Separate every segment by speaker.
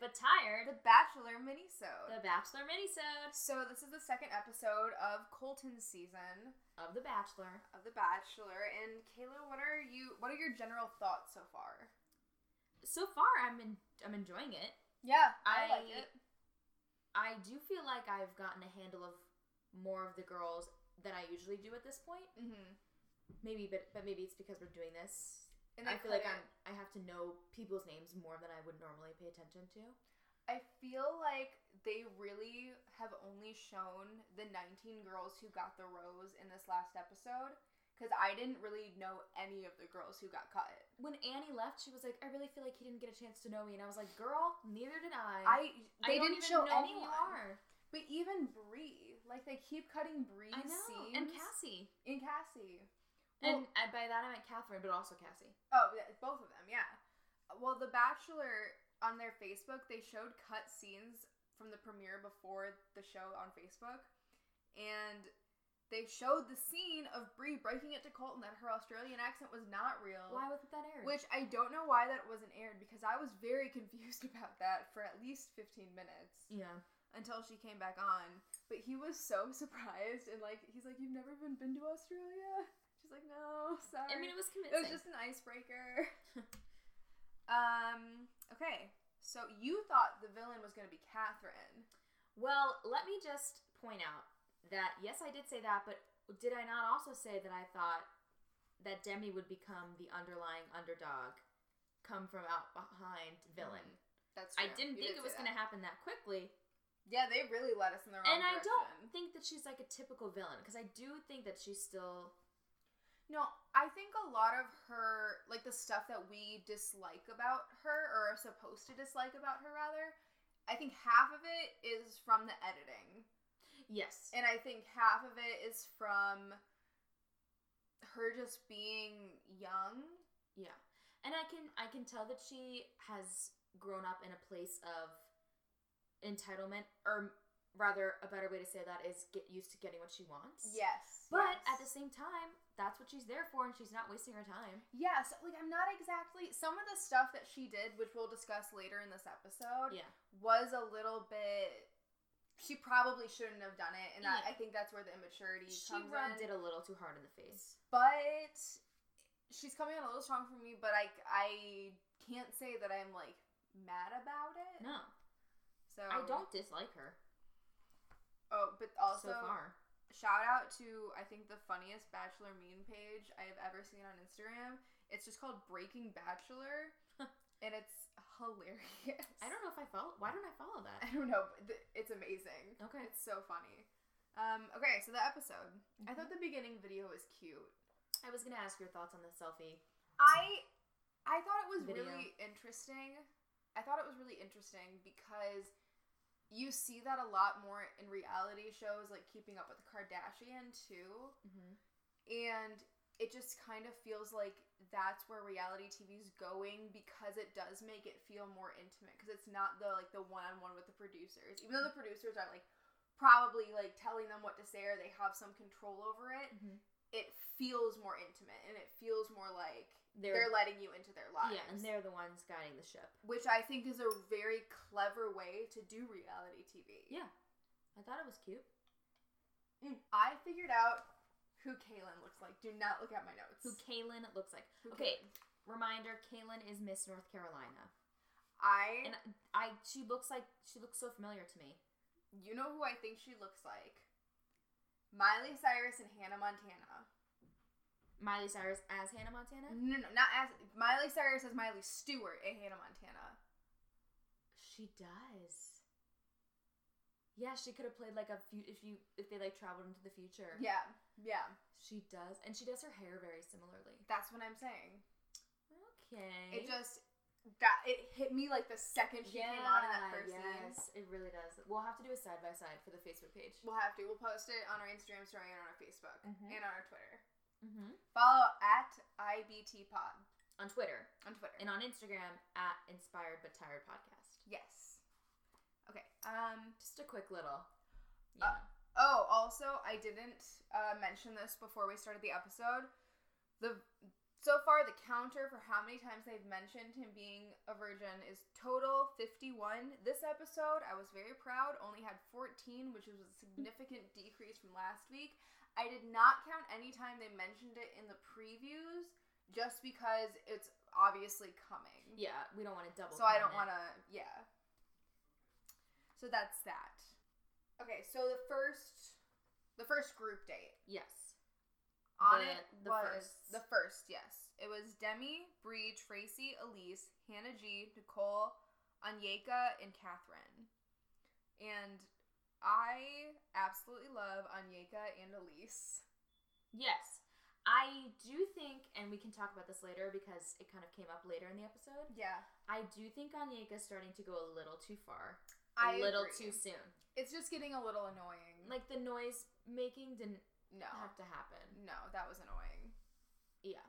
Speaker 1: but tired.
Speaker 2: The Bachelor minisode.
Speaker 1: The Bachelor minisode
Speaker 2: so this is the second episode of Colton's season
Speaker 1: of The Bachelor.
Speaker 2: of The Bachelor, and Kayla, what are you? What are your general thoughts so far?
Speaker 1: So far, I'm in, I'm enjoying it.
Speaker 2: Yeah,
Speaker 1: I- I do feel like I've gotten a handle of more of the girls than I usually do at this point.
Speaker 2: Mm-hmm.
Speaker 1: Maybe, but but maybe it's because we're doing this.
Speaker 2: And
Speaker 1: I feel like
Speaker 2: kinda-
Speaker 1: I'm I have to know people's names more than I would normally pay attention to.
Speaker 2: I feel like they really have only shown the 19 girls who got the rose in this last episode because I didn't really know any of the girls who got cut.
Speaker 1: When Annie left, she was like, "I really feel like he didn't get a chance to know me," and I was like, "Girl, neither did I."
Speaker 2: I they
Speaker 1: don't
Speaker 2: didn't
Speaker 1: even
Speaker 2: show
Speaker 1: know who
Speaker 2: anyone.
Speaker 1: you are.
Speaker 2: But even Bree, like they keep cutting Bree
Speaker 1: I know,
Speaker 2: scenes
Speaker 1: and Cassie,
Speaker 2: and Cassie.
Speaker 1: and I, by that I meant Catherine, but also Cassie.
Speaker 2: Oh, yeah, both of them, yeah. Well, The Bachelor on their Facebook, they showed cut scenes from the premiere before the show on Facebook, and they showed the scene of Brie breaking it to Colton that her Australian accent was not real.
Speaker 1: Why wasn't that aired?
Speaker 2: Which I don't know why that wasn't aired because I was very confused about that for at least 15 minutes
Speaker 1: yeah,
Speaker 2: until she came back on. But he was so surprised and like he's like, "You've never even been to Australia?" She's like, "No, sorry."
Speaker 1: I mean it was
Speaker 2: It
Speaker 1: convincing.
Speaker 2: was just an icebreaker. um. Okay. So you thought the villain was going to be Catherine?
Speaker 1: Well, let me just point out that yes, I did say that, but did I not also say that I thought that Demi would become the underlying underdog, come from out behind villain?
Speaker 2: That's.
Speaker 1: I
Speaker 2: true.
Speaker 1: didn't
Speaker 2: You
Speaker 1: think
Speaker 2: did
Speaker 1: it was
Speaker 2: say
Speaker 1: going to
Speaker 2: that.
Speaker 1: happen that quickly,
Speaker 2: Yeah, they really led us in the wrong
Speaker 1: and I
Speaker 2: direction.
Speaker 1: don't think that she's like a typical villain because I do think that she's still
Speaker 2: No, I think a lot of her, like the stuff that we dislike about her, or are supposed to dislike about her, rather, I think half of it is from the editing.
Speaker 1: yes,
Speaker 2: And I think half of it is from her just being young.
Speaker 1: yeah, and I can I can tell that she has grown up in a place of entitlement, or rather, a better way to say that is get used to getting what she wants.
Speaker 2: Yes.
Speaker 1: But
Speaker 2: yes.
Speaker 1: at the same time, that's what she's there for, and she's not wasting her time.
Speaker 2: Yeah, so like I'm not exactly some of the stuff that she did, which we'll discuss later in this episode,
Speaker 1: Yeah.
Speaker 2: was a little bit she probably shouldn't have done it, and that,
Speaker 1: Yeah.
Speaker 2: I think that's where the immaturity
Speaker 1: She
Speaker 2: comes
Speaker 1: rubbed
Speaker 2: in.
Speaker 1: it a little too hard in the face.
Speaker 2: But she's coming on a little strong for me, but I I can't say that I'm like mad about it.
Speaker 1: No,
Speaker 2: So
Speaker 1: I don't dislike her
Speaker 2: Oh, but also
Speaker 1: so far.
Speaker 2: shout out to I think the funniest bachelor meme page I have ever seen on Instagram. It's just called Breaking Bachelor, and it's hilarious.
Speaker 1: I don't know if I follow. Why don't I follow that?
Speaker 2: I don't know. But th- it's amazing.
Speaker 1: Okay.
Speaker 2: It's so funny. Um, okay, so the episode. I thought
Speaker 1: Mm-hmm.
Speaker 2: the beginning video was cute.
Speaker 1: I was gonna ask your thoughts on the selfie.
Speaker 2: I I thought it was
Speaker 1: Video.
Speaker 2: really interesting. I thought it was really interesting because you see that a lot more in reality shows like Keeping Up with the Kardashian too.
Speaker 1: Mm-hmm.
Speaker 2: and it just kind of feels like that's where reality TV's going because it does make it feel more intimate because it's not the like the one-on-one with the producers. Even though the producers are like probably like telling them what to say or they have some control over it,
Speaker 1: Mm-hmm.
Speaker 2: it feels more intimate and it feels more like
Speaker 1: They're,
Speaker 2: they're, letting you into their lives.
Speaker 1: yeah, and they're the ones guiding the ship.
Speaker 2: which I think is a very clever way to do reality TV.
Speaker 1: Yeah, I thought it was cute.
Speaker 2: Mm. I figured out who Kaylin looks like. Do not look at my notes.
Speaker 1: Who Kaylin looks like?
Speaker 2: Who
Speaker 1: Okay,
Speaker 2: Kaylin.
Speaker 1: reminder: Kaylin is Miss North Carolina,
Speaker 2: I
Speaker 1: and I she looks like she looks so familiar to me.
Speaker 2: You know who I think she looks like? Miley Cyrus and Hannah Montana.
Speaker 1: Miley Cyrus as Hannah Montana.
Speaker 2: No, no, not as Miley Cyrus as Miley Stewart and Hannah Montana.
Speaker 1: She does. Yeah, she could have played like a few if you if they like traveled into the future.
Speaker 2: Yeah, yeah,
Speaker 1: she does, and she does her hair very similarly.
Speaker 2: that's what I'm saying.
Speaker 1: Okay,
Speaker 2: It just that it hit me like the second she came on in that first scene.
Speaker 1: yes, it really does. We'll have to do a side by side for the Facebook page.
Speaker 2: We'll have to. We'll post it on our Instagram story and on our Facebook
Speaker 1: Mhm.
Speaker 2: and on our Twitter.
Speaker 1: Mm-hmm.
Speaker 2: Follow at IBT Pod
Speaker 1: On Twitter
Speaker 2: on Twitter.
Speaker 1: and on Instagram at Inspired But Tired Podcast.
Speaker 2: yes. Okay. Um.
Speaker 1: Just a quick little. You
Speaker 2: Uh, Oh, also, I didn't uh, mention this before we started the episode. The So far, the counter for how many times they've mentioned him being a virgin is total 51. This episode, I was very proud, only had 14, which was a significant decrease from last week. I did not count any time they mentioned it in the previews just because it's obviously coming.
Speaker 1: Yeah, we don't want to double.
Speaker 2: So I don't want to, yeah. So that's that. Okay, so the first, the first group date
Speaker 1: Yes.
Speaker 2: on
Speaker 1: The-
Speaker 2: it
Speaker 1: the
Speaker 2: was
Speaker 1: first.
Speaker 2: the first. Yes, it was Demi, Bree, Tracy, Elise, Hannah G, Nicole, Anyeka, and Catherine. And I absolutely love Anyeka and Elise.
Speaker 1: Yes. I do think, and we can talk about this later because it kind of came up later in the episode.
Speaker 2: Yeah,
Speaker 1: I do think Anyeka's starting to go a little too far, a
Speaker 2: I
Speaker 1: little
Speaker 2: agree.
Speaker 1: too soon.
Speaker 2: It's just getting a little annoying.
Speaker 1: Like the noise making didn't
Speaker 2: no,
Speaker 1: have to happen.
Speaker 2: no, that was annoying.
Speaker 1: Yeah,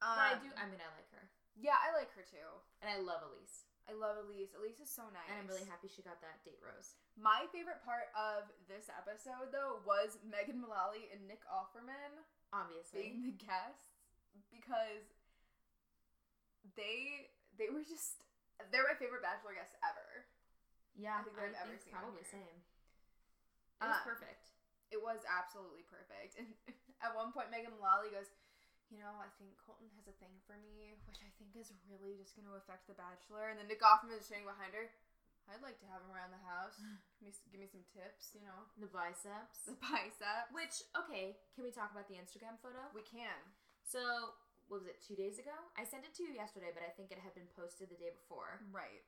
Speaker 2: Um,
Speaker 1: but I do. I mean, I like her,
Speaker 2: Yeah, I like her too.
Speaker 1: and I love Elise,
Speaker 2: I love Elise. Elise is so nice.
Speaker 1: and I'm really happy she got that date rose.
Speaker 2: My favorite part of this episode, though, was Megan Mullally and Nick Offerman
Speaker 1: Obviously,
Speaker 2: being the guests because they they were just they're my favorite bachelor guests ever.
Speaker 1: yeah.
Speaker 2: I think that I've ever seen on
Speaker 1: probably
Speaker 2: here.
Speaker 1: same. It was
Speaker 2: Um,
Speaker 1: perfect.
Speaker 2: It was absolutely perfect. And at one point, Megan Mullally goes, "You know, I think Colton has a thing for me, which I think is really just going to affect the bachelor." And then Nick Offerman is standing behind her. I'd like to have him around the house. Give me, s- give me some tips, you know.
Speaker 1: The biceps.
Speaker 2: The bicep.
Speaker 1: Which okay, can we talk about the Instagram photo?
Speaker 2: We can.
Speaker 1: So what was it? Two days ago? I sent it to you yesterday, but I think it had been posted the day before.
Speaker 2: Right.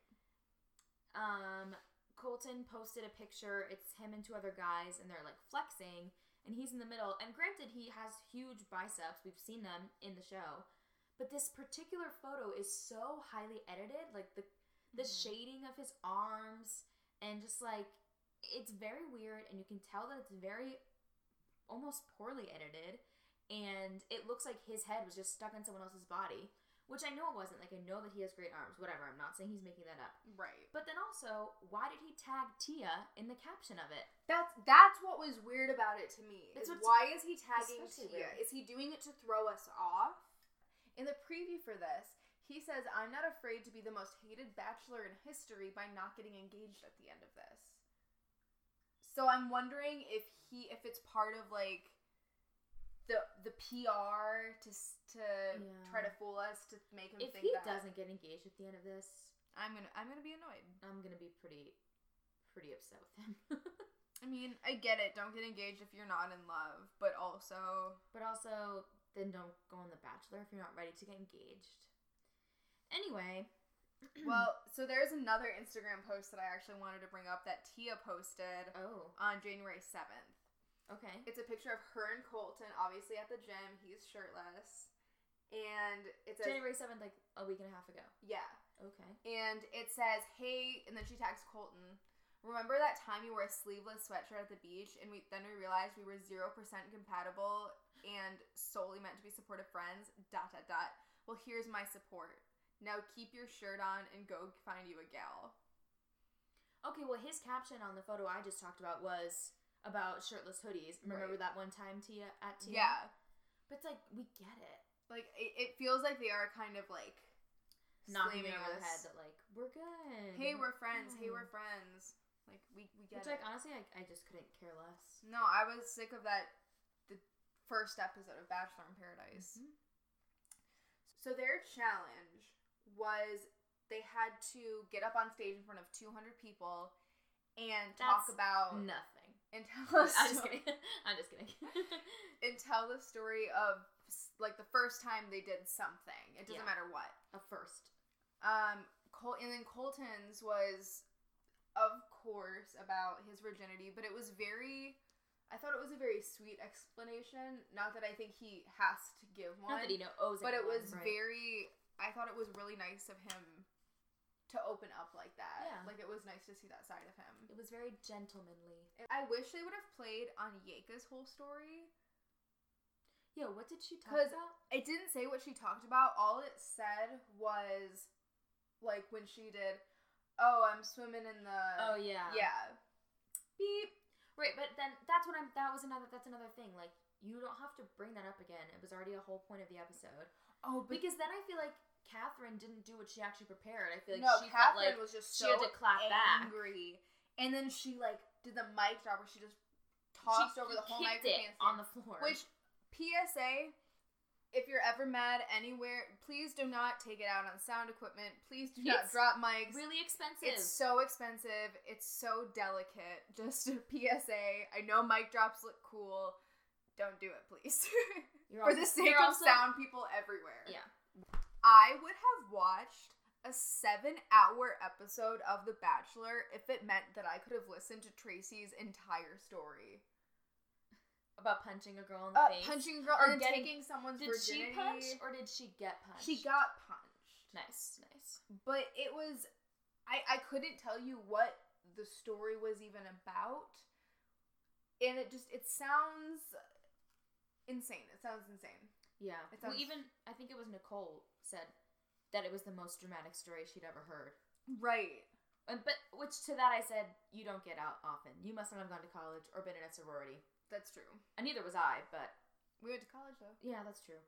Speaker 1: um, Colton posted a picture. It's him and two other guys, and they're like flexing, and he's in the middle. And granted, he has huge biceps. We've seen them in the show, but this particular photo is so highly edited. Like the the
Speaker 2: Mhm.
Speaker 1: shading of his arms, and just like it's very weird, and you can tell that it's very almost poorly edited. And it looks like his head was just stuck in someone else's body, which I know it wasn't. Like, I know that he has great arms, whatever. I'm not saying he's making that up.
Speaker 2: Right.
Speaker 1: But then also, why did he tag Tia in the caption of it?
Speaker 2: That's that's what was weird about it to me.
Speaker 1: That's
Speaker 2: Is
Speaker 1: what's
Speaker 2: why is he tagging
Speaker 1: especially
Speaker 2: Tia?
Speaker 1: weird.
Speaker 2: Is he doing it to throw us off? In the preview for this, he says, "I'm not afraid to be the most hated bachelor in history by not getting engaged at the end of this." So I'm wondering if he if it's part of like the the PR to s- to
Speaker 1: Yeah.
Speaker 2: try to fool us to make him
Speaker 1: If
Speaker 2: think
Speaker 1: he
Speaker 2: that
Speaker 1: doesn't get engaged at the end of this,
Speaker 2: I'm gonna I'm gonna be annoyed.
Speaker 1: I'm gonna be pretty, pretty upset with him.
Speaker 2: I mean, I get it. Don't get engaged if you're not in love, but also
Speaker 1: but also, then don't go on The Bachelor if you're not ready to get engaged. Anyway,
Speaker 2: Well, so there's another Instagram post that I actually wanted to bring up that Tia posted
Speaker 1: oh,
Speaker 2: on January 7th.
Speaker 1: okay,
Speaker 2: It's a picture of her and Colton, obviously at the gym. He's shirtless. And it says,
Speaker 1: January seventh, like a week and a half ago.
Speaker 2: yeah.
Speaker 1: Okay,
Speaker 2: And it says, hey, and then she tags Colton. Remember that time you wore a sleeveless sweatshirt at the beach and we then we realized we were 0% compatible and solely meant to be supportive friends? Dot, dot, dot. Well, here's my support. Now keep your shirt on and go find you a gal.
Speaker 1: okay. Well, his caption on the photo I just talked about was about shirtless hoodies. Remember
Speaker 2: Right.
Speaker 1: that one time Tia at Tia?
Speaker 2: Yeah.
Speaker 1: but it's like we get it.
Speaker 2: like it, it feels like they are kind of like
Speaker 1: Knocking it
Speaker 2: slamming
Speaker 1: over
Speaker 2: us.
Speaker 1: the head that like we're good.
Speaker 2: Hey, we're friends. Hey,
Speaker 1: Mm.
Speaker 2: we're friends. Like we we get
Speaker 1: Which, like,
Speaker 2: it.
Speaker 1: honestly, I, I just couldn't care less.
Speaker 2: no, I was sick of that. The first episode of Bachelor in Paradise. So their challenge was they had to get up on stage in front of 200 people and talk
Speaker 1: That's
Speaker 2: about
Speaker 1: Nothing.
Speaker 2: and tell us
Speaker 1: I'm just kidding. I'm just kidding.
Speaker 2: and tell the story of like the first time they did something. It doesn't
Speaker 1: Yeah.
Speaker 2: matter what.
Speaker 1: A first.
Speaker 2: Um, Col- and then Colton's was, of course, about his virginity, but it was very. I thought it was a very sweet explanation. Not that I think he has to give one,
Speaker 1: Not that he know oh, owes
Speaker 2: but it
Speaker 1: anyone,
Speaker 2: was
Speaker 1: right.
Speaker 2: very. I thought it was really nice of him to open up like that.
Speaker 1: Yeah.
Speaker 2: Like it was nice to see that side of him.
Speaker 1: It was very gentlemanly.
Speaker 2: I wish they would have played on Yeka's whole story.
Speaker 1: Yeah. What did she talk
Speaker 2: 'Cause-
Speaker 1: about?
Speaker 2: It didn't say what she talked about. All it said was, like when she did, "Oh, I'm swimming in the
Speaker 1: oh yeah.
Speaker 2: Yeah. Beep.
Speaker 1: Right. But then that's what I'm. That was another. That's another thing. Like you don't have to bring that up again. It was already a whole point of the episode.
Speaker 2: Oh, but
Speaker 1: Because then I feel like Catherine didn't do what she actually prepared. I feel like
Speaker 2: no,
Speaker 1: she felt
Speaker 2: Catherine
Speaker 1: like
Speaker 2: was just
Speaker 1: she
Speaker 2: so
Speaker 1: had to clap back.
Speaker 2: angry, and then she like did the mic drop where she just tossed
Speaker 1: she
Speaker 2: over the whole
Speaker 1: kicked
Speaker 2: microphone
Speaker 1: it on the floor.
Speaker 2: Which PSA, if you're ever mad anywhere, please do not take it out on sound equipment. Please do not
Speaker 1: It's
Speaker 2: drop mics.
Speaker 1: really expensive.
Speaker 2: It's so expensive. It's so delicate. Just a PSA. I know mic drops look cool. Don't do it, please.
Speaker 1: You're
Speaker 2: For
Speaker 1: also-
Speaker 2: the sake
Speaker 1: you're
Speaker 2: of
Speaker 1: also-
Speaker 2: sound people everywhere.
Speaker 1: Yeah.
Speaker 2: I would have watched a seven hour episode of The Bachelor if it meant that I could have listened to Tracy's entire story.
Speaker 1: About punching a girl in the
Speaker 2: Uh,
Speaker 1: face.
Speaker 2: punching a girl
Speaker 1: Or
Speaker 2: and
Speaker 1: getting-
Speaker 2: taking someone's
Speaker 1: did
Speaker 2: virginity.
Speaker 1: she punch or did she get punched?
Speaker 2: She got punched.
Speaker 1: nice, nice.
Speaker 2: But it was I I couldn't tell you what the story was even about. And it just it sounds insane. It sounds insane.
Speaker 1: Yeah.
Speaker 2: It
Speaker 1: well,
Speaker 2: sounds-
Speaker 1: even I think it was Nicole said that it was the most dramatic story she'd ever heard.
Speaker 2: Right.
Speaker 1: And, but which to that I said, you don't get out often. You must not have gone to college or been in a sorority.
Speaker 2: That's true.
Speaker 1: And neither was I, but
Speaker 2: We went to college though.
Speaker 1: yeah, that's true.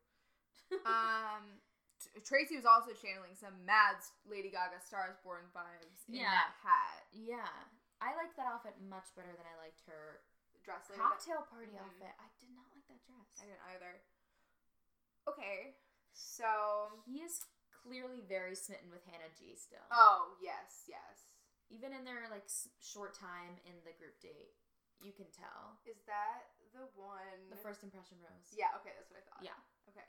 Speaker 2: um T- Tracy was also channeling some mad Lady Gaga Stars Born vibes in
Speaker 1: Yeah.
Speaker 2: that hat.
Speaker 1: Yeah. I liked that outfit much better than I liked her
Speaker 2: Dress later that-
Speaker 1: cocktail party
Speaker 2: Mhm.
Speaker 1: outfit. I did not like that dress.
Speaker 2: I didn't either. Okay. So
Speaker 1: he is clearly very smitten with Hannah G still.
Speaker 2: Oh, yes, yes.
Speaker 1: Even in their like s- short time in the group date, you can tell
Speaker 2: Is that the one?
Speaker 1: the first impression rose.
Speaker 2: Mm-hmm. Yeah. Okay, that's what I thought.
Speaker 1: Yeah.
Speaker 2: Okay.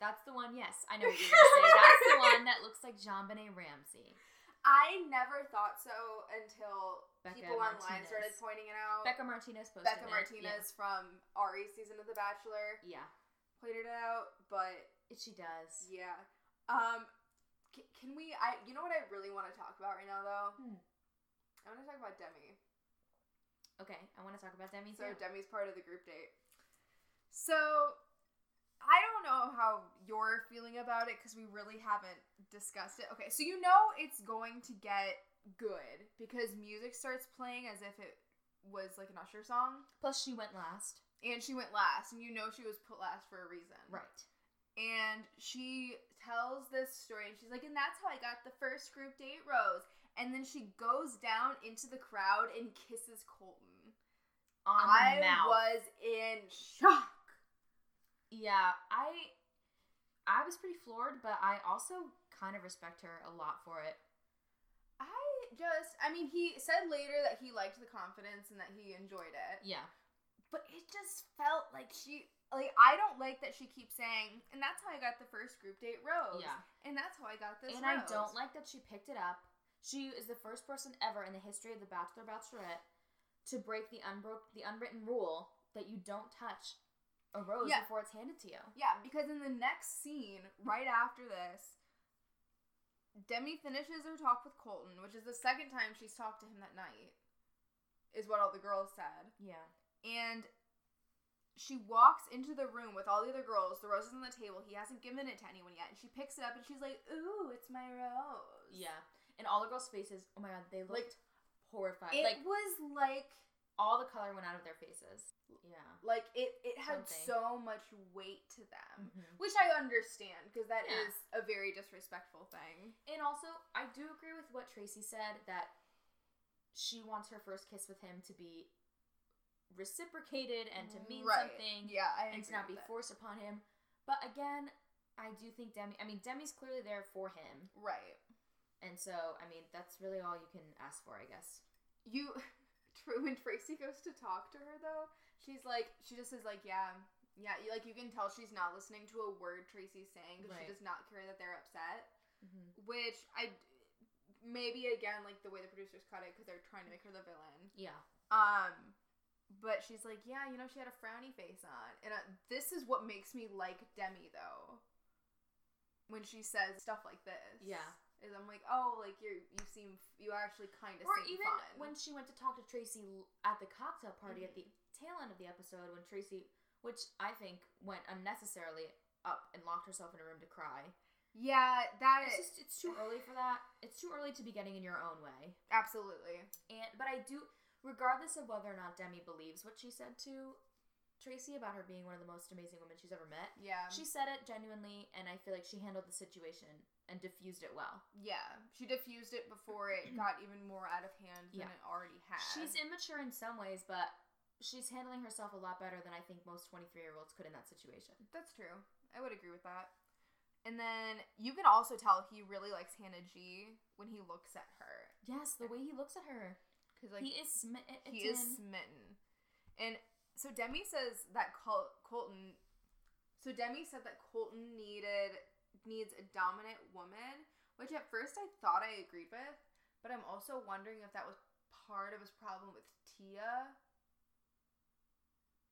Speaker 1: That's the one. Yes, I know what you're gonna say. That's the one that looks like Jean Benet Ramsey.
Speaker 2: I never thought so until
Speaker 1: Becca
Speaker 2: people online
Speaker 1: Martinez.
Speaker 2: started pointing it out.
Speaker 1: Becca Martinez posted
Speaker 2: Becca
Speaker 1: it.
Speaker 2: Martinez from Ari's season of The Bachelor
Speaker 1: Yeah. yeah.
Speaker 2: pointed it out, but
Speaker 1: It- She does.
Speaker 2: yeah. Um, can, can we? I. You know what I really want to talk about right now though.
Speaker 1: Hmm.
Speaker 2: I want to talk about Demi.
Speaker 1: Okay, I want to talk about Demi
Speaker 2: So
Speaker 1: too.
Speaker 2: Demi's part of the group date. So I don't know how you're feeling about it because we really haven't discussed it. Okay, so you know it's going to get good because music starts playing as if it was like an Usher song,
Speaker 1: Plus, she went last.
Speaker 2: and she went last, and you know she was put last for a reason.
Speaker 1: Right.
Speaker 2: And she tells this story, and she's like, and that's how I got the first group date rose. And then she goes down into the crowd and kisses Colton.
Speaker 1: On
Speaker 2: I
Speaker 1: the mouth.
Speaker 2: was in shock.
Speaker 1: Yeah, I I was pretty floored, but I also kind of respect her a lot for it.
Speaker 2: I just, I mean, he said later that he liked the confidence and that he enjoyed it,
Speaker 1: Yeah.
Speaker 2: but it just felt like she, like I don't like that she keeps saying, and that's how I got the first group date rose,
Speaker 1: Yeah.
Speaker 2: and that's how I got this.
Speaker 1: and I
Speaker 2: rose."
Speaker 1: don't like that she picked it up. She is the first person ever in the history of the Bachelor Bachelorette to break the unbroke the unwritten rule that you don't touch a rose
Speaker 2: Yeah.
Speaker 1: before it's handed to you.
Speaker 2: Yeah, because in the next scene, right after this, Demi finishes her talk with Colton, which is the second time she's talked to him that night, is what all the girls said.
Speaker 1: Yeah.
Speaker 2: and she walks into the room with all the other girls. The rose is on the table. He hasn't given it to anyone yet. And she picks it up and she's like, "Ooh, it's my rose."
Speaker 1: Yeah. And all the girls' faces, oh my god, they looked
Speaker 2: Like-
Speaker 1: horrified.
Speaker 2: It
Speaker 1: like
Speaker 2: was like
Speaker 1: all the color went out of their faces. Yeah.
Speaker 2: like it it had
Speaker 1: Something. Mm.
Speaker 2: so much weight to them, which I understand because that
Speaker 1: Yeah.
Speaker 2: is a very disrespectful thing.
Speaker 1: And also, I do agree with what Tracy said that she wants her first kiss with him to be reciprocated and to mean
Speaker 2: Right.
Speaker 1: something.
Speaker 2: Yeah, I
Speaker 1: and to
Speaker 2: agree
Speaker 1: not be
Speaker 2: with that.
Speaker 1: forced upon him. But again, I do think Demi. I mean, Demi's clearly there for him,
Speaker 2: Right.
Speaker 1: and so I mean that's really all you can ask for, I guess.
Speaker 2: You Tr- when Tracy goes to talk to her though, she's like she just is like, yeah, yeah, you, like you can tell she's not listening to a word Tracy's saying because
Speaker 1: Right.
Speaker 2: she does not care that they're upset.
Speaker 1: Mm-hmm.
Speaker 2: Which I maybe again like the way the producers cut it because they're trying to make her the villain.
Speaker 1: Yeah,
Speaker 2: Um, but she's like, yeah, you know, she had a frowny face on, and uh, this is what makes me like Demi though. When she says stuff like this,
Speaker 1: Yeah.
Speaker 2: is I'm like, oh, like you you seem you actually kind of
Speaker 1: or
Speaker 2: seem
Speaker 1: even
Speaker 2: fun.
Speaker 1: when she went to talk to Tracy l- at the cocktail party at the tail end of the episode, when Tracy, which I think went unnecessarily up and locked herself in a room to cry.
Speaker 2: yeah, that
Speaker 1: It's
Speaker 2: is
Speaker 1: just it's too early for that. It's too early to be getting in your own way.
Speaker 2: absolutely
Speaker 1: And but I do, regardless of whether or not Demi believes what she said to Tracy about her being one of the most amazing women she's ever met.
Speaker 2: Yeah.
Speaker 1: She said it genuinely, and I feel like she handled the situation and diffused it well.
Speaker 2: yeah. She diffused it before it got even more out of hand than
Speaker 1: Yeah.
Speaker 2: it already had.
Speaker 1: She's immature in some ways, but she's handling herself a lot better than I think most 23 year olds could in that situation.
Speaker 2: That's true. I would agree with that. And then you can also tell he really likes Hannah G when he looks at her.
Speaker 1: Yes, the way he looks at her.
Speaker 2: Cuz like
Speaker 1: he is smitten.
Speaker 2: he is smitten. And so Demi says that Col- Colton. So Demi said that Colton needed needs a dominant woman, which at first I thought I agreed with, but I'm also wondering if that was part of his problem with Tia.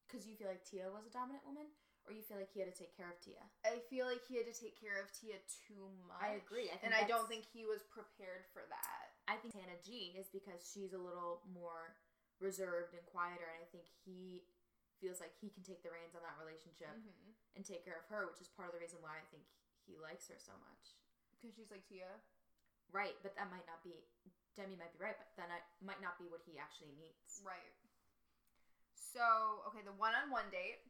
Speaker 1: Because you feel like Tia was a dominant woman, or you feel like he had to take care of Tia.
Speaker 2: I feel like he had to take care of Tia too much.
Speaker 1: I agree. I think
Speaker 2: and I don't think
Speaker 1: that's-
Speaker 2: he was prepared for that.
Speaker 1: I think Hannah G is because she's a little more reserved and quieter, and I think he feels like he can take the reins on that relationship
Speaker 2: Mhm.
Speaker 1: and take care of her, which is part of the reason why I think he likes her so much.
Speaker 2: Because she's like Tia.
Speaker 1: Right, but that might not be. Demi might be right, but then it might not be what he actually needs.
Speaker 2: Right. So, okay, the one on one date.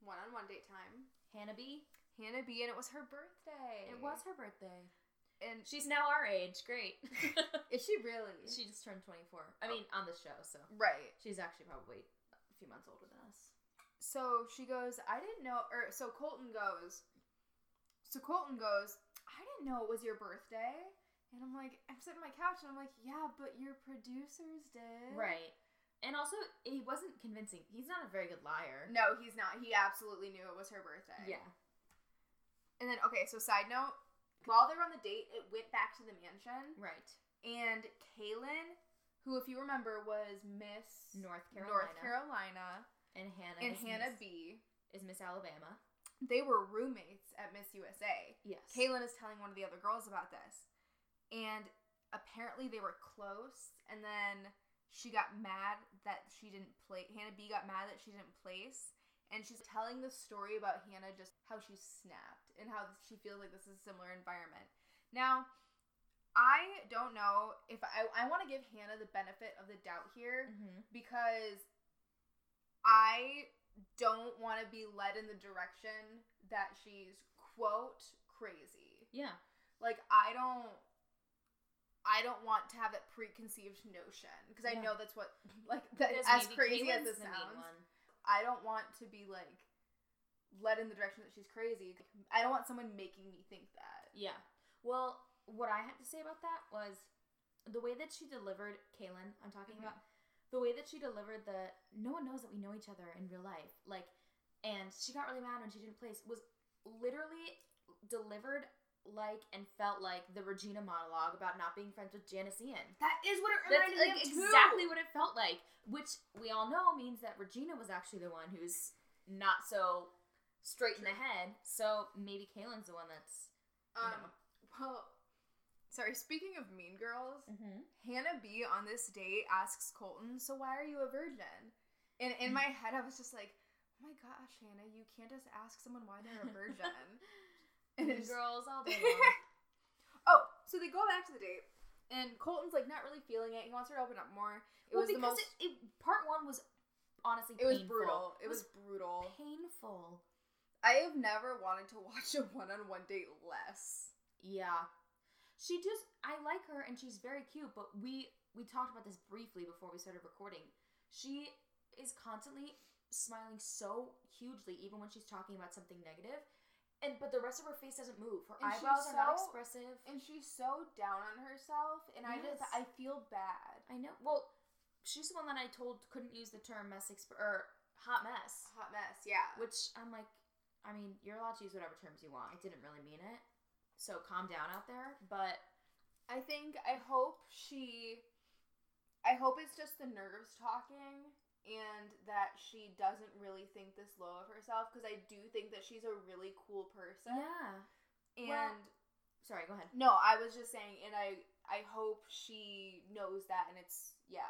Speaker 2: One on one date time.
Speaker 1: Hannah B.
Speaker 2: Hannah B, and it was her birthday.
Speaker 1: It was her birthday.
Speaker 2: and
Speaker 1: She's now our age. Great.
Speaker 2: is she really?
Speaker 1: she just turned 24. I mean, on the show, so
Speaker 2: right.
Speaker 1: she's actually probably a few months older than us.
Speaker 2: So she goes. I didn't know. Or so Colton goes. So Colton goes. I didn't know it was your birthday. And I'm like, I'm sitting on my couch, and I'm like, yeah, but your producers did.
Speaker 1: Right. And also, he wasn't convincing. He's not a very good liar.
Speaker 2: No, he's not. He absolutely knew it was her birthday.
Speaker 1: Yeah.
Speaker 2: And then okay, so side note. While they were on the date, it went back to the mansion,
Speaker 1: Right.
Speaker 2: and Kaylin, who, if you remember, was Miss
Speaker 1: North Carolina.
Speaker 2: North Carolina,
Speaker 1: And Hannah.
Speaker 2: and
Speaker 1: is
Speaker 2: Hannah
Speaker 1: Miss,
Speaker 2: B.
Speaker 1: is Miss Alabama.
Speaker 2: they were roommates at Miss USA.
Speaker 1: Yes.
Speaker 2: Kaylin is telling one of the other girls about this. And apparently they were close. And then she got mad that she didn't play. Hannah B got mad that she didn't place. And she's telling the story about Hannah, just how she snapped and how she feels like this is a similar environment. Now, I don't know if I, I want to give Hannah the benefit of the doubt here
Speaker 1: Mhm.
Speaker 2: because I don't want to be led in the direction that she's quote crazy.
Speaker 1: Yeah.
Speaker 2: Like I don't I don't want to have that preconceived notion because I
Speaker 1: Yeah.
Speaker 2: know that's what like that
Speaker 1: Because
Speaker 2: as
Speaker 1: maybe
Speaker 2: crazy
Speaker 1: Kaylin's
Speaker 2: as this
Speaker 1: the mean
Speaker 2: sounds.
Speaker 1: one.
Speaker 2: I don't want to be like led in the direction that she's crazy. I don't want someone making me think that.
Speaker 1: Yeah. Well, what I had to say about that was the way that she delivered Kaylin, I'm talking
Speaker 2: Mhm.
Speaker 1: about the way that she delivered the no one knows that we know each other in real life. Like and she got really mad when she didn't place was literally delivered like and felt like the Regina monologue about not being friends with Janice Ian.
Speaker 2: That is what it
Speaker 1: That's
Speaker 2: reminded
Speaker 1: like
Speaker 2: me of too.
Speaker 1: exactly what it felt like, which we all know means that Regina was actually the one who's not so straight in the head. So maybe Kaylin's the one that's you
Speaker 2: Um,
Speaker 1: know.
Speaker 2: well, sorry. Speaking of Mean Girls,
Speaker 1: Mm-hmm.
Speaker 2: Hannah B on this date asks Colton, "So why are you a virgin?" And in my head, I was just like, "Oh my gosh, Hannah, you can't just ask someone why they're a virgin." and
Speaker 1: Mean
Speaker 2: it's just-
Speaker 1: girls all day long.
Speaker 2: oh, so they go back to the date, and Colton's like not really feeling it. He wants her to open up more. It
Speaker 1: well,
Speaker 2: was the
Speaker 1: because
Speaker 2: most.
Speaker 1: it, it, part one was honestly
Speaker 2: It was
Speaker 1: painful.
Speaker 2: brutal. It was brutal.
Speaker 1: painful.
Speaker 2: I have never wanted to watch a one-on-one date less.
Speaker 1: Yeah, she just I like her and she's very cute. But we we talked about this briefly before we started recording. She is constantly smiling so hugely, even when she's talking about something negative, and but the rest of her face doesn't move. Her
Speaker 2: And she's
Speaker 1: eyebrows are not
Speaker 2: so-
Speaker 1: expressive.
Speaker 2: And she's so down on herself, and I just
Speaker 1: Yes.
Speaker 2: I feel bad.
Speaker 1: I know. Well, she's the one that I told couldn't use the term mess exp- or hot mess.
Speaker 2: Hot mess, yeah.
Speaker 1: Which I'm like, I mean, you're allowed to use whatever terms you want. I didn't really mean it. So calm down out there. But
Speaker 2: I think I hope she I hope it's just the nerves talking and that she doesn't really think this low of herself because I do think that she's a really cool person.
Speaker 1: yeah.
Speaker 2: And
Speaker 1: well- Sorry, go ahead.
Speaker 2: no, I was just saying and I I hope she knows that and it's yeah.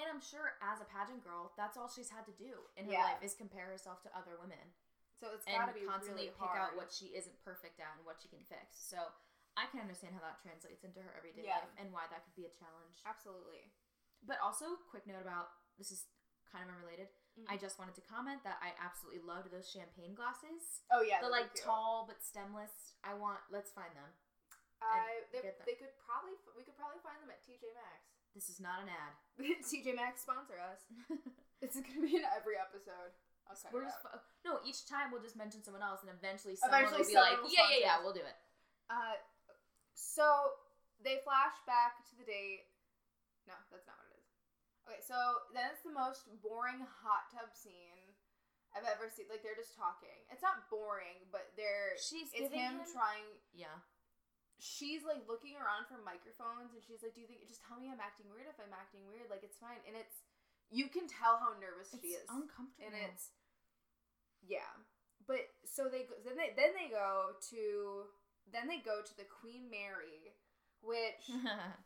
Speaker 1: And I'm sure as a pageant girl, that's all she's had to do in her
Speaker 2: Yeah.
Speaker 1: life is compare herself to other women
Speaker 2: So it's
Speaker 1: and
Speaker 2: got to be
Speaker 1: constantly
Speaker 2: really
Speaker 1: pick
Speaker 2: hard.
Speaker 1: out what she isn't perfect at and what she can fix. So I can understand how that translates into her everyday
Speaker 2: Yeah.
Speaker 1: life and why that could be a challenge.
Speaker 2: Absolutely.
Speaker 1: But also, quick note about this is kind of unrelated.
Speaker 2: Mm-hmm.
Speaker 1: I just wanted to comment that I absolutely loved those champagne glasses.
Speaker 2: Oh yeah,
Speaker 1: the
Speaker 2: those are
Speaker 1: like
Speaker 2: cute.
Speaker 1: tall but stemless. I want. Let's find them.
Speaker 2: I, they,
Speaker 1: get them.
Speaker 2: they could probably f- we could probably find them at TJ Maxx.
Speaker 1: This is not an ad.
Speaker 2: TJ Maxx sponsor us. It's gonna be in every episode. I'll cut
Speaker 1: We're
Speaker 2: it
Speaker 1: just
Speaker 2: out.
Speaker 1: fo- no. Each time we'll just mention someone else, and eventually someone
Speaker 2: Eventually
Speaker 1: will be
Speaker 2: someone
Speaker 1: like,
Speaker 2: will
Speaker 1: yeah, yeah,
Speaker 2: sponsor
Speaker 1: yeah,
Speaker 2: us.
Speaker 1: we'll do it.
Speaker 2: Uh, so they flash back to the date. No, that's not what it is. Okay, so then it's the most boring hot tub scene I've ever seen. Like they're just talking. It's not boring, but they're
Speaker 1: She's
Speaker 2: it's him
Speaker 1: giving
Speaker 2: trying.
Speaker 1: yeah.
Speaker 2: She's like looking around for microphones, and she's like, "Do you think? Just tell me I'm acting weird. If I'm acting weird, like it's fine." And it's you can tell how nervous she
Speaker 1: It's
Speaker 2: is.
Speaker 1: uncomfortable.
Speaker 2: and it's yeah but so they go then they then they go to then they go to the queen mary which
Speaker 1: Mm-hmm.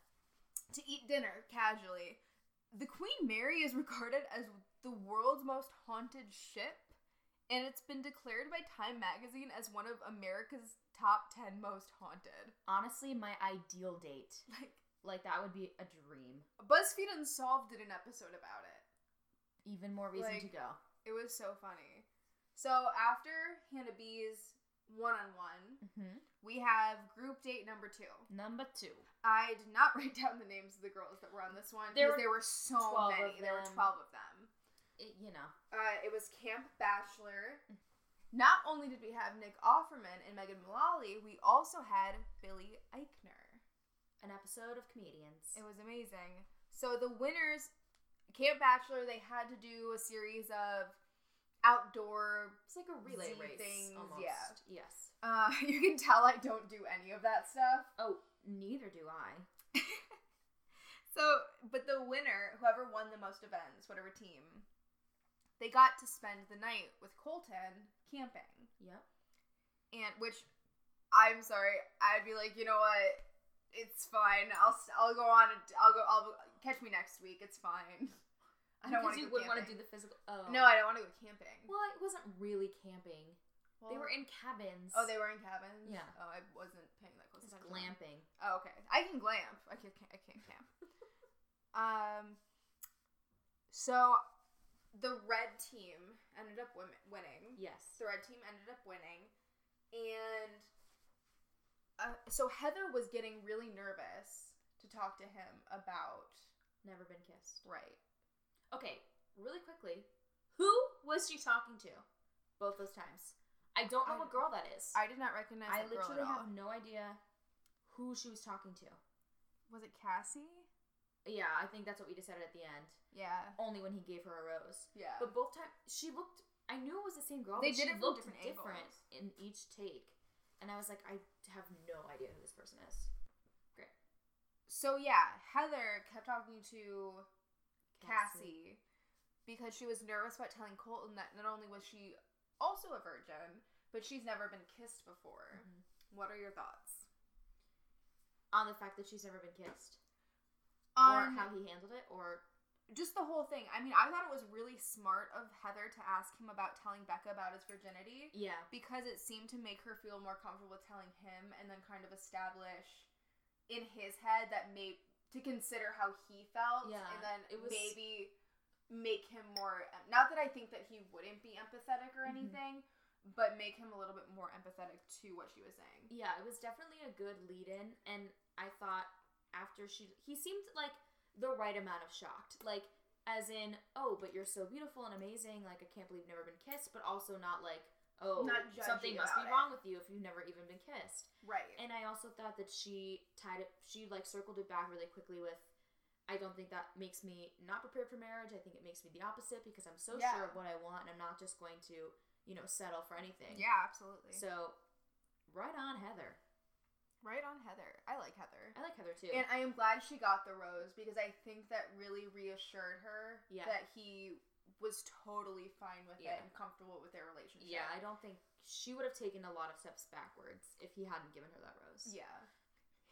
Speaker 2: to eat dinner casually the queen mary is regarded as the world's most haunted ship and it's been declared by time magazine as one of america's top 10 most haunted
Speaker 1: honestly my ideal date.
Speaker 2: like
Speaker 1: Like that would be a dream.
Speaker 2: buzzfeed unsolved did an episode about it
Speaker 1: Even more reason to
Speaker 2: Like-
Speaker 1: go.
Speaker 2: it was so funny so after hannah b's one-on-one
Speaker 1: hmm
Speaker 2: we have group date number two.
Speaker 1: Number two.
Speaker 2: I did not write down the names of the girls that were on this one
Speaker 1: There
Speaker 2: because
Speaker 1: were
Speaker 2: there were so
Speaker 1: 12 of
Speaker 2: many. There were
Speaker 1: them.
Speaker 2: 12 of them.
Speaker 1: It, you know.
Speaker 2: Uh, it was Camp Bachelor. Not only did we have Nick Offerman and Megan Mullally, we also had Billy Eichner.
Speaker 1: an episode of comedians.
Speaker 2: It was amazing. So the winners, Camp Bachelor, they had to do a series of outdoor
Speaker 1: It's like a
Speaker 2: relay race, almost.
Speaker 1: Yes.
Speaker 2: uh you can tell I don't do any of that stuff.
Speaker 1: Oh, neither do I.
Speaker 2: So, but the winner, whoever won the most events, whatever team, they got to spend the night with Colton camping.
Speaker 1: Yep.
Speaker 2: And which I'm sorry, I'd be like, "You know what? It's fine. I'll s- I'll go on and I'll go I'll catch me next week. It's fine. I don't want
Speaker 1: Because
Speaker 2: to
Speaker 1: you
Speaker 2: go
Speaker 1: wouldn't want to do
Speaker 2: camping.
Speaker 1: the physical. Oh.
Speaker 2: No, I don't want to go camping.
Speaker 1: Well, it wasn't really camping. they
Speaker 2: Well,
Speaker 1: were in cabins.
Speaker 2: Oh, they were in cabins.
Speaker 1: Yeah.
Speaker 2: Oh, I wasn't paying that close
Speaker 1: It's
Speaker 2: attention.
Speaker 1: glamping.
Speaker 2: Oh, okay. I can glamp. I can't. I can't camp. um. So, the red team ended up win- winning.
Speaker 1: Yes.
Speaker 2: The red team ended up winning, and uh, so Heather was getting really nervous to talk to him about
Speaker 1: Never been kissed.
Speaker 2: right.
Speaker 1: Okay, really quickly, who was she talking to? Both those times. I don't know
Speaker 2: I-
Speaker 1: what girl that is.
Speaker 2: I did not recognize.
Speaker 1: I
Speaker 2: that girl at
Speaker 1: literally
Speaker 2: all.
Speaker 1: have no idea who she was talking to.
Speaker 2: Was it Cassie?
Speaker 1: Yeah, I think that's what we decided at the end.
Speaker 2: Yeah.
Speaker 1: Only when he gave her a rose.
Speaker 2: Yeah.
Speaker 1: But both times she looked. I knew it was the same girl.
Speaker 2: They
Speaker 1: but
Speaker 2: did
Speaker 1: she
Speaker 2: it from
Speaker 1: looked
Speaker 2: different
Speaker 1: different
Speaker 2: angles.
Speaker 1: in each take, and I was like, I have no idea who this person is.
Speaker 2: so yeah, Heather kept talking to Cassie because she was nervous about telling Colton that not only was she also a virgin, but she's never been kissed before.
Speaker 1: Mhm.
Speaker 2: What are your thoughts?
Speaker 1: on the fact that she's never been kissed, or
Speaker 2: On
Speaker 1: how he handled it, or
Speaker 2: just the whole thing. I mean, I thought it was really smart of Heather to ask him about telling Becca about his virginity
Speaker 1: yeah,
Speaker 2: because it seemed to make her feel more comfortable telling him and then kind of establish in his head that maybe to consider how he felt
Speaker 1: Yeah,
Speaker 2: and then
Speaker 1: it was-
Speaker 2: maybe make him more not that I think that he wouldn't be empathetic or
Speaker 1: Mhm.
Speaker 2: anything but make him a little bit more empathetic to what she was saying.
Speaker 1: yeah, it was definitely a good lead-in, and I thought after she, he seemed like the right amount of shocked, like as in, oh, but you're so beautiful and amazing, like I can't believe you've never been kissed, but also not like, oh,
Speaker 2: Not judgy
Speaker 1: something must be
Speaker 2: about it.
Speaker 1: wrong with you if you've never even been kissed.
Speaker 2: Right.
Speaker 1: And I also thought that she tied it, she like circled it back really quickly with, I don't think that makes me not prepared for marriage. I think it makes me the opposite because I'm so
Speaker 2: Yeah.
Speaker 1: sure of what I want and I'm not just going to, you know, settle for anything.
Speaker 2: yeah, absolutely.
Speaker 1: So, right on Heather.
Speaker 2: right on Heather. I like Heather.
Speaker 1: I like Heather too.
Speaker 2: And I am glad she got the rose because I think that really reassured her
Speaker 1: Yeah.
Speaker 2: that he was totally fine with
Speaker 1: Yeah.
Speaker 2: it and comfortable with their relationship.
Speaker 1: yeah, I don't think she would have taken a lot of steps backwards if he hadn't given her that rose.
Speaker 2: Yeah.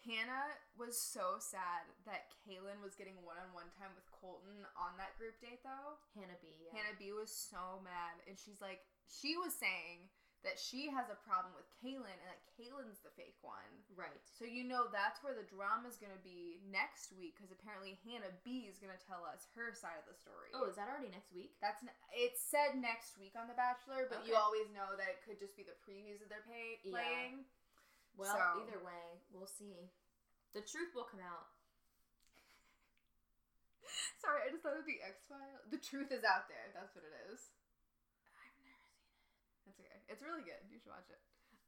Speaker 2: Hannah was so sad that Kaylin was getting one on one time with Colton on that group date though.
Speaker 1: Hannah B. Yeah.
Speaker 2: Hannah B was so mad and she's like she was saying that she has a problem with Kaylin and that Kaylin's the fake one.
Speaker 1: Right.
Speaker 2: So you know that's where the drama's going to be next week because apparently Hannah B is going to tell us her side of the story.
Speaker 1: Oh, is that already next week?
Speaker 2: that's n- it said next week on The Bachelor, but you
Speaker 1: Okay.
Speaker 2: always know that it could just be the previews that they're pay-
Speaker 1: Yeah.
Speaker 2: playing.
Speaker 1: Well,
Speaker 2: So-
Speaker 1: either way, we'll see. The truth will come out.
Speaker 2: Sorry, I just thought of the X File. The truth is out there. That's what it is.
Speaker 1: I've never seen
Speaker 2: It's
Speaker 1: it.
Speaker 2: okay. It's really good. You should watch it.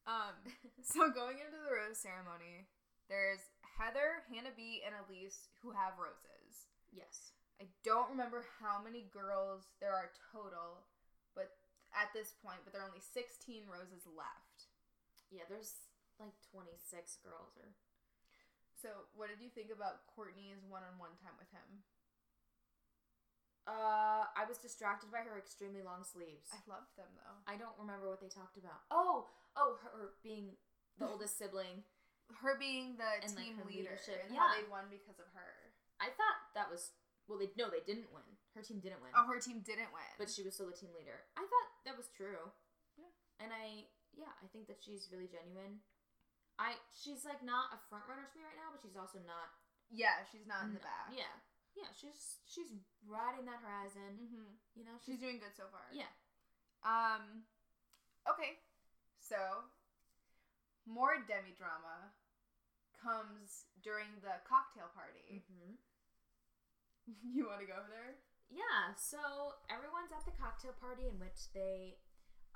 Speaker 2: Um, so going into the rose ceremony, there's Heather, Hannah B, and Elise who have roses.
Speaker 1: Yes.
Speaker 2: I don't remember how many girls there are total, but at this point, but there are only 16 roses left.
Speaker 1: Yeah, there's like 26 girls or
Speaker 2: So, what did you think about Courtney's one-on-one time with him?
Speaker 1: Uh, I was distracted by her extremely long sleeves.
Speaker 2: I loved them though.
Speaker 1: I don't remember what they talked about. Oh, oh, her, her being the oldest sibling.
Speaker 2: Her being the
Speaker 1: And, like,
Speaker 2: team
Speaker 1: her
Speaker 2: leader
Speaker 1: leadership.
Speaker 2: and how
Speaker 1: Yeah.
Speaker 2: they won because of her.
Speaker 1: I thought that was well. They no, they didn't win. Her team didn't win.
Speaker 2: Oh, her team didn't win.
Speaker 1: but she was still the team leader. I thought that was true.
Speaker 2: Yeah.
Speaker 1: And I yeah, I think that she's really genuine. I she's like not a front runner to me right now, but she's also not
Speaker 2: yeah, she's not in the
Speaker 1: No,
Speaker 2: back.
Speaker 1: Mm, Yeah. Yeah, she's she's riding that horizon.
Speaker 2: hmm
Speaker 1: You know,
Speaker 2: She's
Speaker 1: she's
Speaker 2: doing good so far.
Speaker 1: yeah.
Speaker 2: Um. Okay. So, more demi drama comes during the cocktail party.
Speaker 1: hmm
Speaker 2: you want to go there?
Speaker 1: Yeah, so everyone's at the cocktail party in which they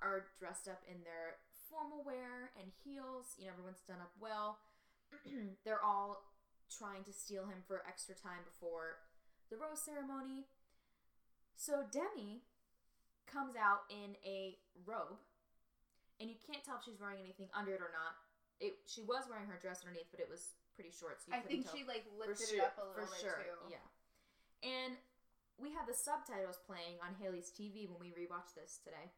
Speaker 1: are dressed up in their formal wear and heels. You know, everyone's done up well. They're all trying to steal him for extra time before the rose ceremony. So Demi comes out in a robe, and you can't tell if she's wearing anything under it or not. It, she was wearing her dress underneath, but it was pretty short, so you
Speaker 2: I
Speaker 1: couldn't
Speaker 2: think
Speaker 1: tell
Speaker 2: she like
Speaker 1: for
Speaker 2: lifted
Speaker 1: sure,
Speaker 2: it up a little
Speaker 1: for
Speaker 2: bit
Speaker 1: sure.
Speaker 2: too.
Speaker 1: Yeah. And we had the subtitles playing on Haley's TV when we rewatched this today.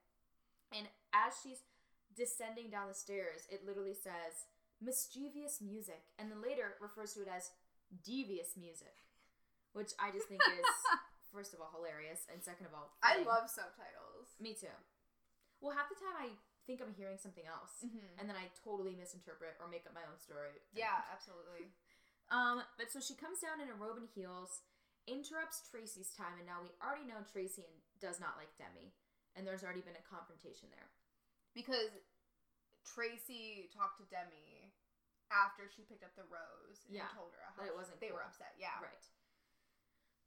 Speaker 1: And as she's descending down the stairs, it literally says mischievous music and then later refers to it as devious music, which I just think is first of all hilarious and second of all
Speaker 2: I
Speaker 1: funny.
Speaker 2: love subtitles.
Speaker 1: Me too. Well, half the time I think I'm hearing something else
Speaker 2: Mhm.
Speaker 1: and then I totally misinterpret or make up my own story.
Speaker 2: Yeah, absolutely.
Speaker 1: Um, but so she comes down in a robe and heels, interrupts Tracy's time, and now we already know Tracy and does not like Demi, and there's already been a confrontation there.
Speaker 2: Because Tracy talked to Demi after she picked up the rose and
Speaker 1: Yeah,
Speaker 2: told her how
Speaker 1: that
Speaker 2: she-
Speaker 1: it wasn't
Speaker 2: they were
Speaker 1: cool.
Speaker 2: upset. Yeah.
Speaker 1: Right.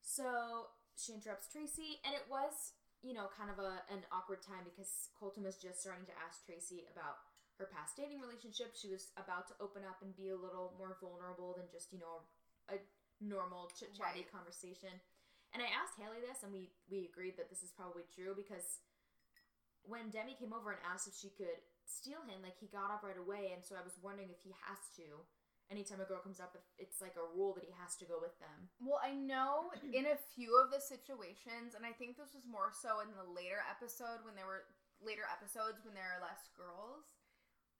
Speaker 1: So she interrupts Tracy, and it was, you know, kind of a an awkward time because Colton was just starting to ask Tracy about her past dating relationship. She was about to open up and be a little more vulnerable than just, you know, a normal chit chatty
Speaker 2: Right.
Speaker 1: conversation. And I asked Haley this, and we we agreed that this is probably true because when Demi came over and asked if she could steal him, like he got up right away, and so I was wondering if he has to. Anytime a girl comes up, if it's like a rule that he has to go with them.
Speaker 2: Well, I know in a few of the situations, and I think this was more so in the later episode when there were later episodes when there are less girls.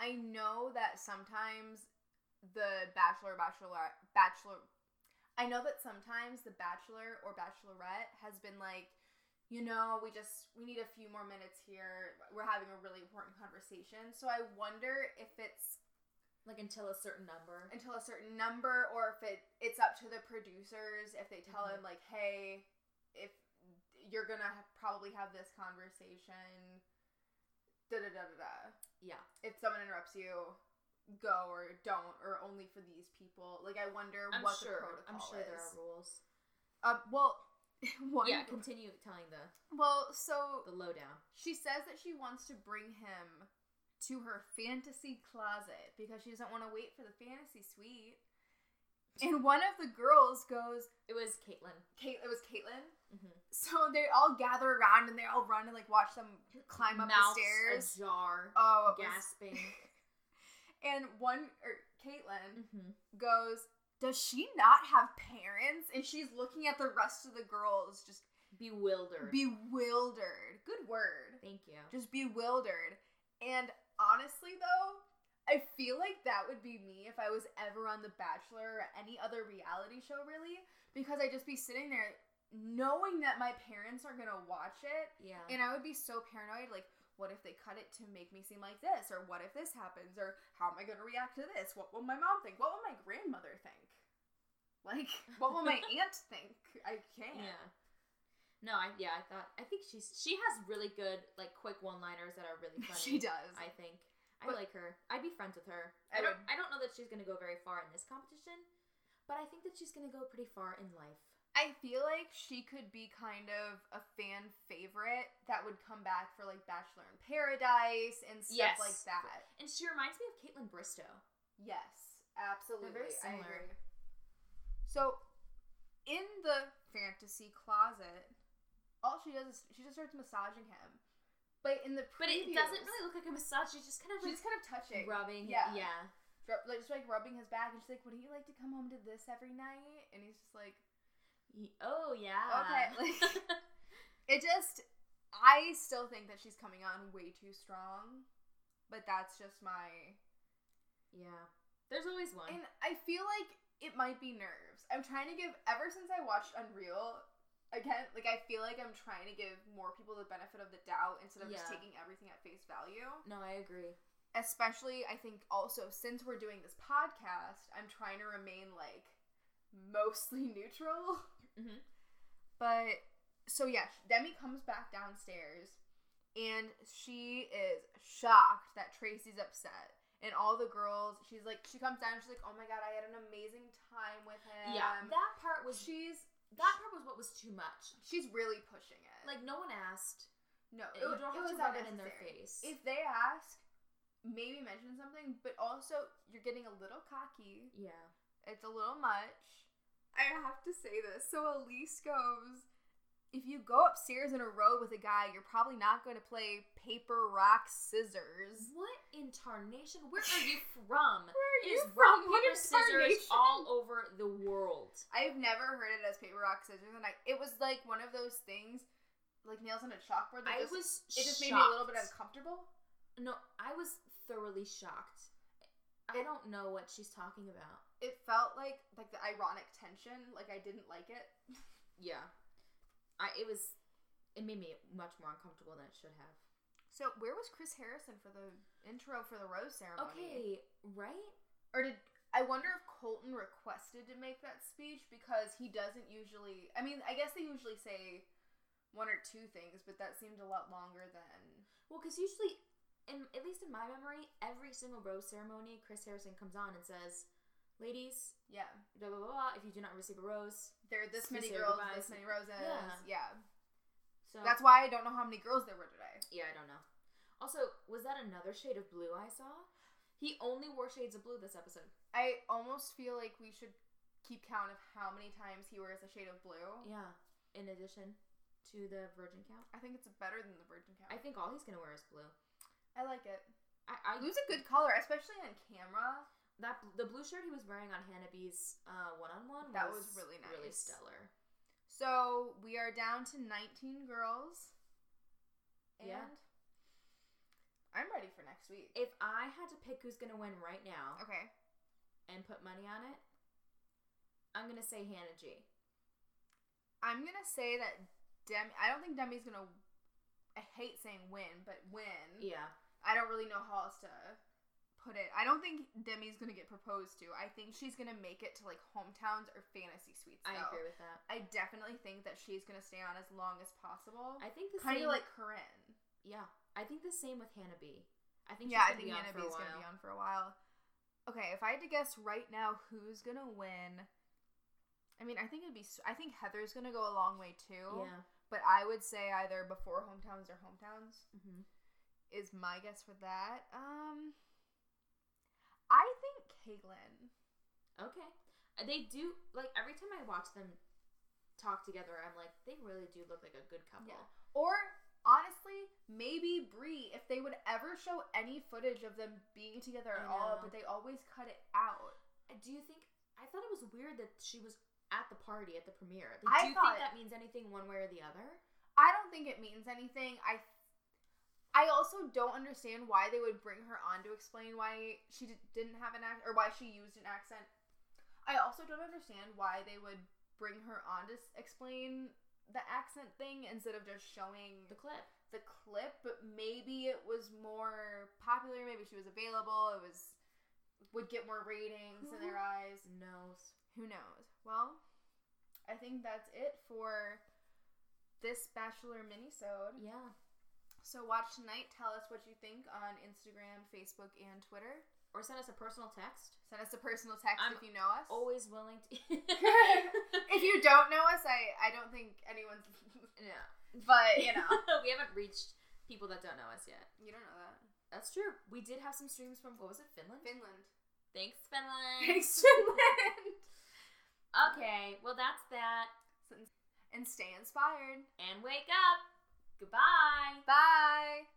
Speaker 2: I know that sometimes the bachelor, bachelorette, bachelor. I know that sometimes the bachelor or bachelorette has been like, you know, we just we need a few more minutes here. We're having a really important conversation. So I wonder if it's
Speaker 1: Like until a certain number.
Speaker 2: until a certain number or if it it's up to the producers if they tell
Speaker 1: Mm-hmm.
Speaker 2: him like hey if you're gonna ha- probably have this conversation da da da da da
Speaker 1: Yeah.
Speaker 2: if someone interrupts you go or don't or only for these people like i wonder
Speaker 1: I'm
Speaker 2: what the
Speaker 1: sure.
Speaker 2: protocol
Speaker 1: I'm sure
Speaker 2: is
Speaker 1: there are rules.
Speaker 2: Uh, well one,
Speaker 1: Yeah. Continue telling the
Speaker 2: well so
Speaker 1: the lowdown.
Speaker 2: she says that she wants to bring him to her fantasy closet because she doesn't want to wait for the fantasy suite. And one of the girls goes,
Speaker 1: It was Caitlin.
Speaker 2: Kate, it was Caitlin.
Speaker 1: Mm-hmm.
Speaker 2: So they all gather around and they all run and like watch them climb up the stairs.
Speaker 1: ajar,
Speaker 2: oh, it was-
Speaker 1: gasping.
Speaker 2: and one or Caitlin
Speaker 1: mm-hmm.
Speaker 2: goes, "Does she not have parents?" And she's looking at the rest of the girls, just
Speaker 1: Bewildered.
Speaker 2: bewildered. Good word.
Speaker 1: Thank you.
Speaker 2: just bewildered. And honestly, though, I feel like that would be me if I was ever on The Bachelor or any other reality show, really, because I'd just be sitting there knowing that my parents are gonna watch it,
Speaker 1: Yeah.
Speaker 2: and I would be so paranoid. Like, what if they cut it to make me seem like this or what if this happens or how am i going to react to this what will my mom think what will my grandmother think like what will my aunt think i can't
Speaker 1: Yeah. No, I yeah, I thought I think she's she has really good like quick one-liners that are really funny.
Speaker 2: she does
Speaker 1: I think. I
Speaker 2: But-
Speaker 1: like her. I'd be friends with her.
Speaker 2: I
Speaker 1: I don't
Speaker 2: would.
Speaker 1: I don't know that she's going to go very far in this competition, but I think that she's going to go pretty far in life.
Speaker 2: I feel like she could be kind of a fan favorite that would come back for like Bachelor in Paradise and stuff
Speaker 1: Yes.
Speaker 2: like that.
Speaker 1: And she reminds me of Caitlin Bristow.
Speaker 2: Yes, absolutely.
Speaker 1: very
Speaker 2: I agree.
Speaker 1: similar.
Speaker 2: So, in the fantasy closet, all she does is she just starts massaging him. But in the
Speaker 1: But it
Speaker 2: previews,
Speaker 1: doesn't really look like a massage. She's just kind of
Speaker 2: She's
Speaker 1: like
Speaker 2: just kind of touching,
Speaker 1: rubbing.
Speaker 2: yeah.
Speaker 1: yeah.
Speaker 2: Rub- like, just like rubbing his back, and she's like, "Wouldn't you like to come home to this every night?" And he's just like,
Speaker 1: Y- Oh yeah.
Speaker 2: Okay, like- It just, I still think that she's coming on way too strong, but that's just my.
Speaker 1: yeah. There's always one.
Speaker 2: And I feel like it might be nerves. I'm trying to give, ever since I watched Unreal, again, like I feel like I'm trying to give more people the benefit of the doubt instead of just
Speaker 1: Yeah.
Speaker 2: taking everything at face value.
Speaker 1: no, I agree.
Speaker 2: Especially, I think also since we're doing this podcast, I'm trying to remain like mostly neutral.
Speaker 1: Mhm.
Speaker 2: But so yeah, Demi comes back downstairs and she is shocked that Tracy's upset. And all the girls, she's like, she comes down and she's like, oh my god, I had an amazing time with him.
Speaker 1: yeah. Um, That part was
Speaker 2: she's
Speaker 1: that part was what was too much.
Speaker 2: she's really pushing it.
Speaker 1: Like no one asked.
Speaker 2: no, it,
Speaker 1: You don't
Speaker 2: it
Speaker 1: have
Speaker 2: was
Speaker 1: to rub it in their
Speaker 2: unnecessary.
Speaker 1: face.
Speaker 2: If they ask, maybe mention something, but also you're getting a little cocky.
Speaker 1: yeah.
Speaker 2: It's a little much. I have to say this. So Elise goes, if you go upstairs in a row with a guy, you're probably not going to play paper, rock, scissors.
Speaker 1: What in tarnation? Where are you from?
Speaker 2: Where
Speaker 1: It is rock, paper, scissors all over the world.
Speaker 2: I've never heard it as paper, rock, scissors, and I, it was like one of those things, like nails on a chalkboard. That
Speaker 1: I
Speaker 2: just,
Speaker 1: was
Speaker 2: It just made me a little bit
Speaker 1: shocked.
Speaker 2: uncomfortable.
Speaker 1: No, I was thoroughly shocked. I don't know what she's talking about.
Speaker 2: It felt like like the ironic tension. Like I didn't like it.
Speaker 1: Yeah. I it was it made me much more uncomfortable than it should have.
Speaker 2: So where was Chris Harrison for the intro for the rose ceremony?
Speaker 1: Okay, right?
Speaker 2: or did I wonder if Colton requested to make that speech because he doesn't usually. I mean, I guess they usually say one or two things, but that seemed a lot longer than.
Speaker 1: Well, because usually, in, at least in my memory, every single rose ceremony, Chris Harrison comes on and says, "Ladies,
Speaker 2: Yeah,
Speaker 1: blah blah blah. blah if you do not receive a rose,
Speaker 2: there are this many
Speaker 1: Say
Speaker 2: girls,
Speaker 1: goodbye.
Speaker 2: this many roses.
Speaker 1: Yeah.
Speaker 2: Yeah,
Speaker 1: so
Speaker 2: that's why I don't know how many girls there were today.
Speaker 1: Yeah, I don't know. Also, was that another shade of blue I saw? He only wore shades of blue this episode.
Speaker 2: I almost feel like we should keep count of how many times he wears a shade of blue.
Speaker 1: Yeah. In addition to the virgin count.
Speaker 2: I think it's better than the virgin count.
Speaker 1: I think all he's gonna wear is blue.
Speaker 2: I, like it.
Speaker 1: I, I
Speaker 2: Blue's a good color, especially on camera.
Speaker 1: that the blue shirt he was wearing on Hannah B's uh, one-on-one
Speaker 2: That was really
Speaker 1: really
Speaker 2: nice.
Speaker 1: stellar.
Speaker 2: So we are down to 19 girls. And
Speaker 1: Yeah.
Speaker 2: I'm ready for next week.
Speaker 1: If I had to pick who's gonna win right now
Speaker 2: okay.
Speaker 1: and put money on it, I'm gonna say Hannah G.
Speaker 2: I'm going to say that Demi, I don't think Demi's going to, I hate saying win, but win.
Speaker 1: Yeah.
Speaker 2: I don't really know how else to put it. I don't think Demi's going to get proposed to. I think she's going to make it to like hometowns or fantasy suites.
Speaker 1: I
Speaker 2: though.
Speaker 1: agree with that.
Speaker 2: I definitely think that she's going to stay on as long as possible.
Speaker 1: I think the
Speaker 2: Kind
Speaker 1: same
Speaker 2: of like Corinne.
Speaker 1: yeah. I think the same with Hannah B. I think
Speaker 2: yeah, I
Speaker 1: she's
Speaker 2: think
Speaker 1: gonna
Speaker 2: Hannah
Speaker 1: be
Speaker 2: B's
Speaker 1: on for a while.
Speaker 2: gonna be on for a while. Okay, if I had to guess right now who's gonna win, I mean, I think it'd be. s- I think Heather's gonna go a long way too.
Speaker 1: Yeah.
Speaker 2: But I would say either before hometowns or hometowns
Speaker 1: Mm-hmm.
Speaker 2: is my guess for that. Um, I think Caitlyn.
Speaker 1: Okay. Uh, They do like every time I watch them talk together, I'm like, they really do look like a good couple.
Speaker 2: Yeah. Or honestly, maybe Bree if they would ever show any footage of them being together at
Speaker 1: I
Speaker 2: all,
Speaker 1: know.
Speaker 2: but they always cut it out.
Speaker 1: Uh, Do you think? I thought it was weird that she was at the party at the premiere.
Speaker 2: I
Speaker 1: Like, do you
Speaker 2: thought- Mm.
Speaker 1: think that means anything one way or the other?
Speaker 2: I don't think it means anything. I I also don't understand why they would bring her on to explain why she di- didn't have an accent or why she used an accent. I also don't understand why they would bring her on to s- explain the accent thing instead of just showing
Speaker 1: The clip.
Speaker 2: the clip, but maybe it was more popular. Maybe she was available. It was would get more ratings in their eyes.
Speaker 1: Knows.
Speaker 2: Who knows? Well, I think that's it for this Bachelor minisode.
Speaker 1: Yeah.
Speaker 2: So watch tonight. Tell us what you think on Instagram, Facebook, and Twitter.
Speaker 1: Or send us a personal text.
Speaker 2: Send us a personal text
Speaker 1: I'm
Speaker 2: if you know us.
Speaker 1: Always willing to.
Speaker 2: if you don't know us, I, I don't think anyone's.
Speaker 1: no.
Speaker 2: but you know,
Speaker 1: we haven't reached people that don't know us yet.
Speaker 2: you don't know that
Speaker 1: That's true. We did have some streams from what was it, Finland?
Speaker 2: Finland.
Speaker 1: Thanks, Finland.
Speaker 2: Thanks, Finland.
Speaker 1: Okay, well that's that.
Speaker 2: and stay inspired.
Speaker 1: And wake up. Goodbye.
Speaker 2: Bye.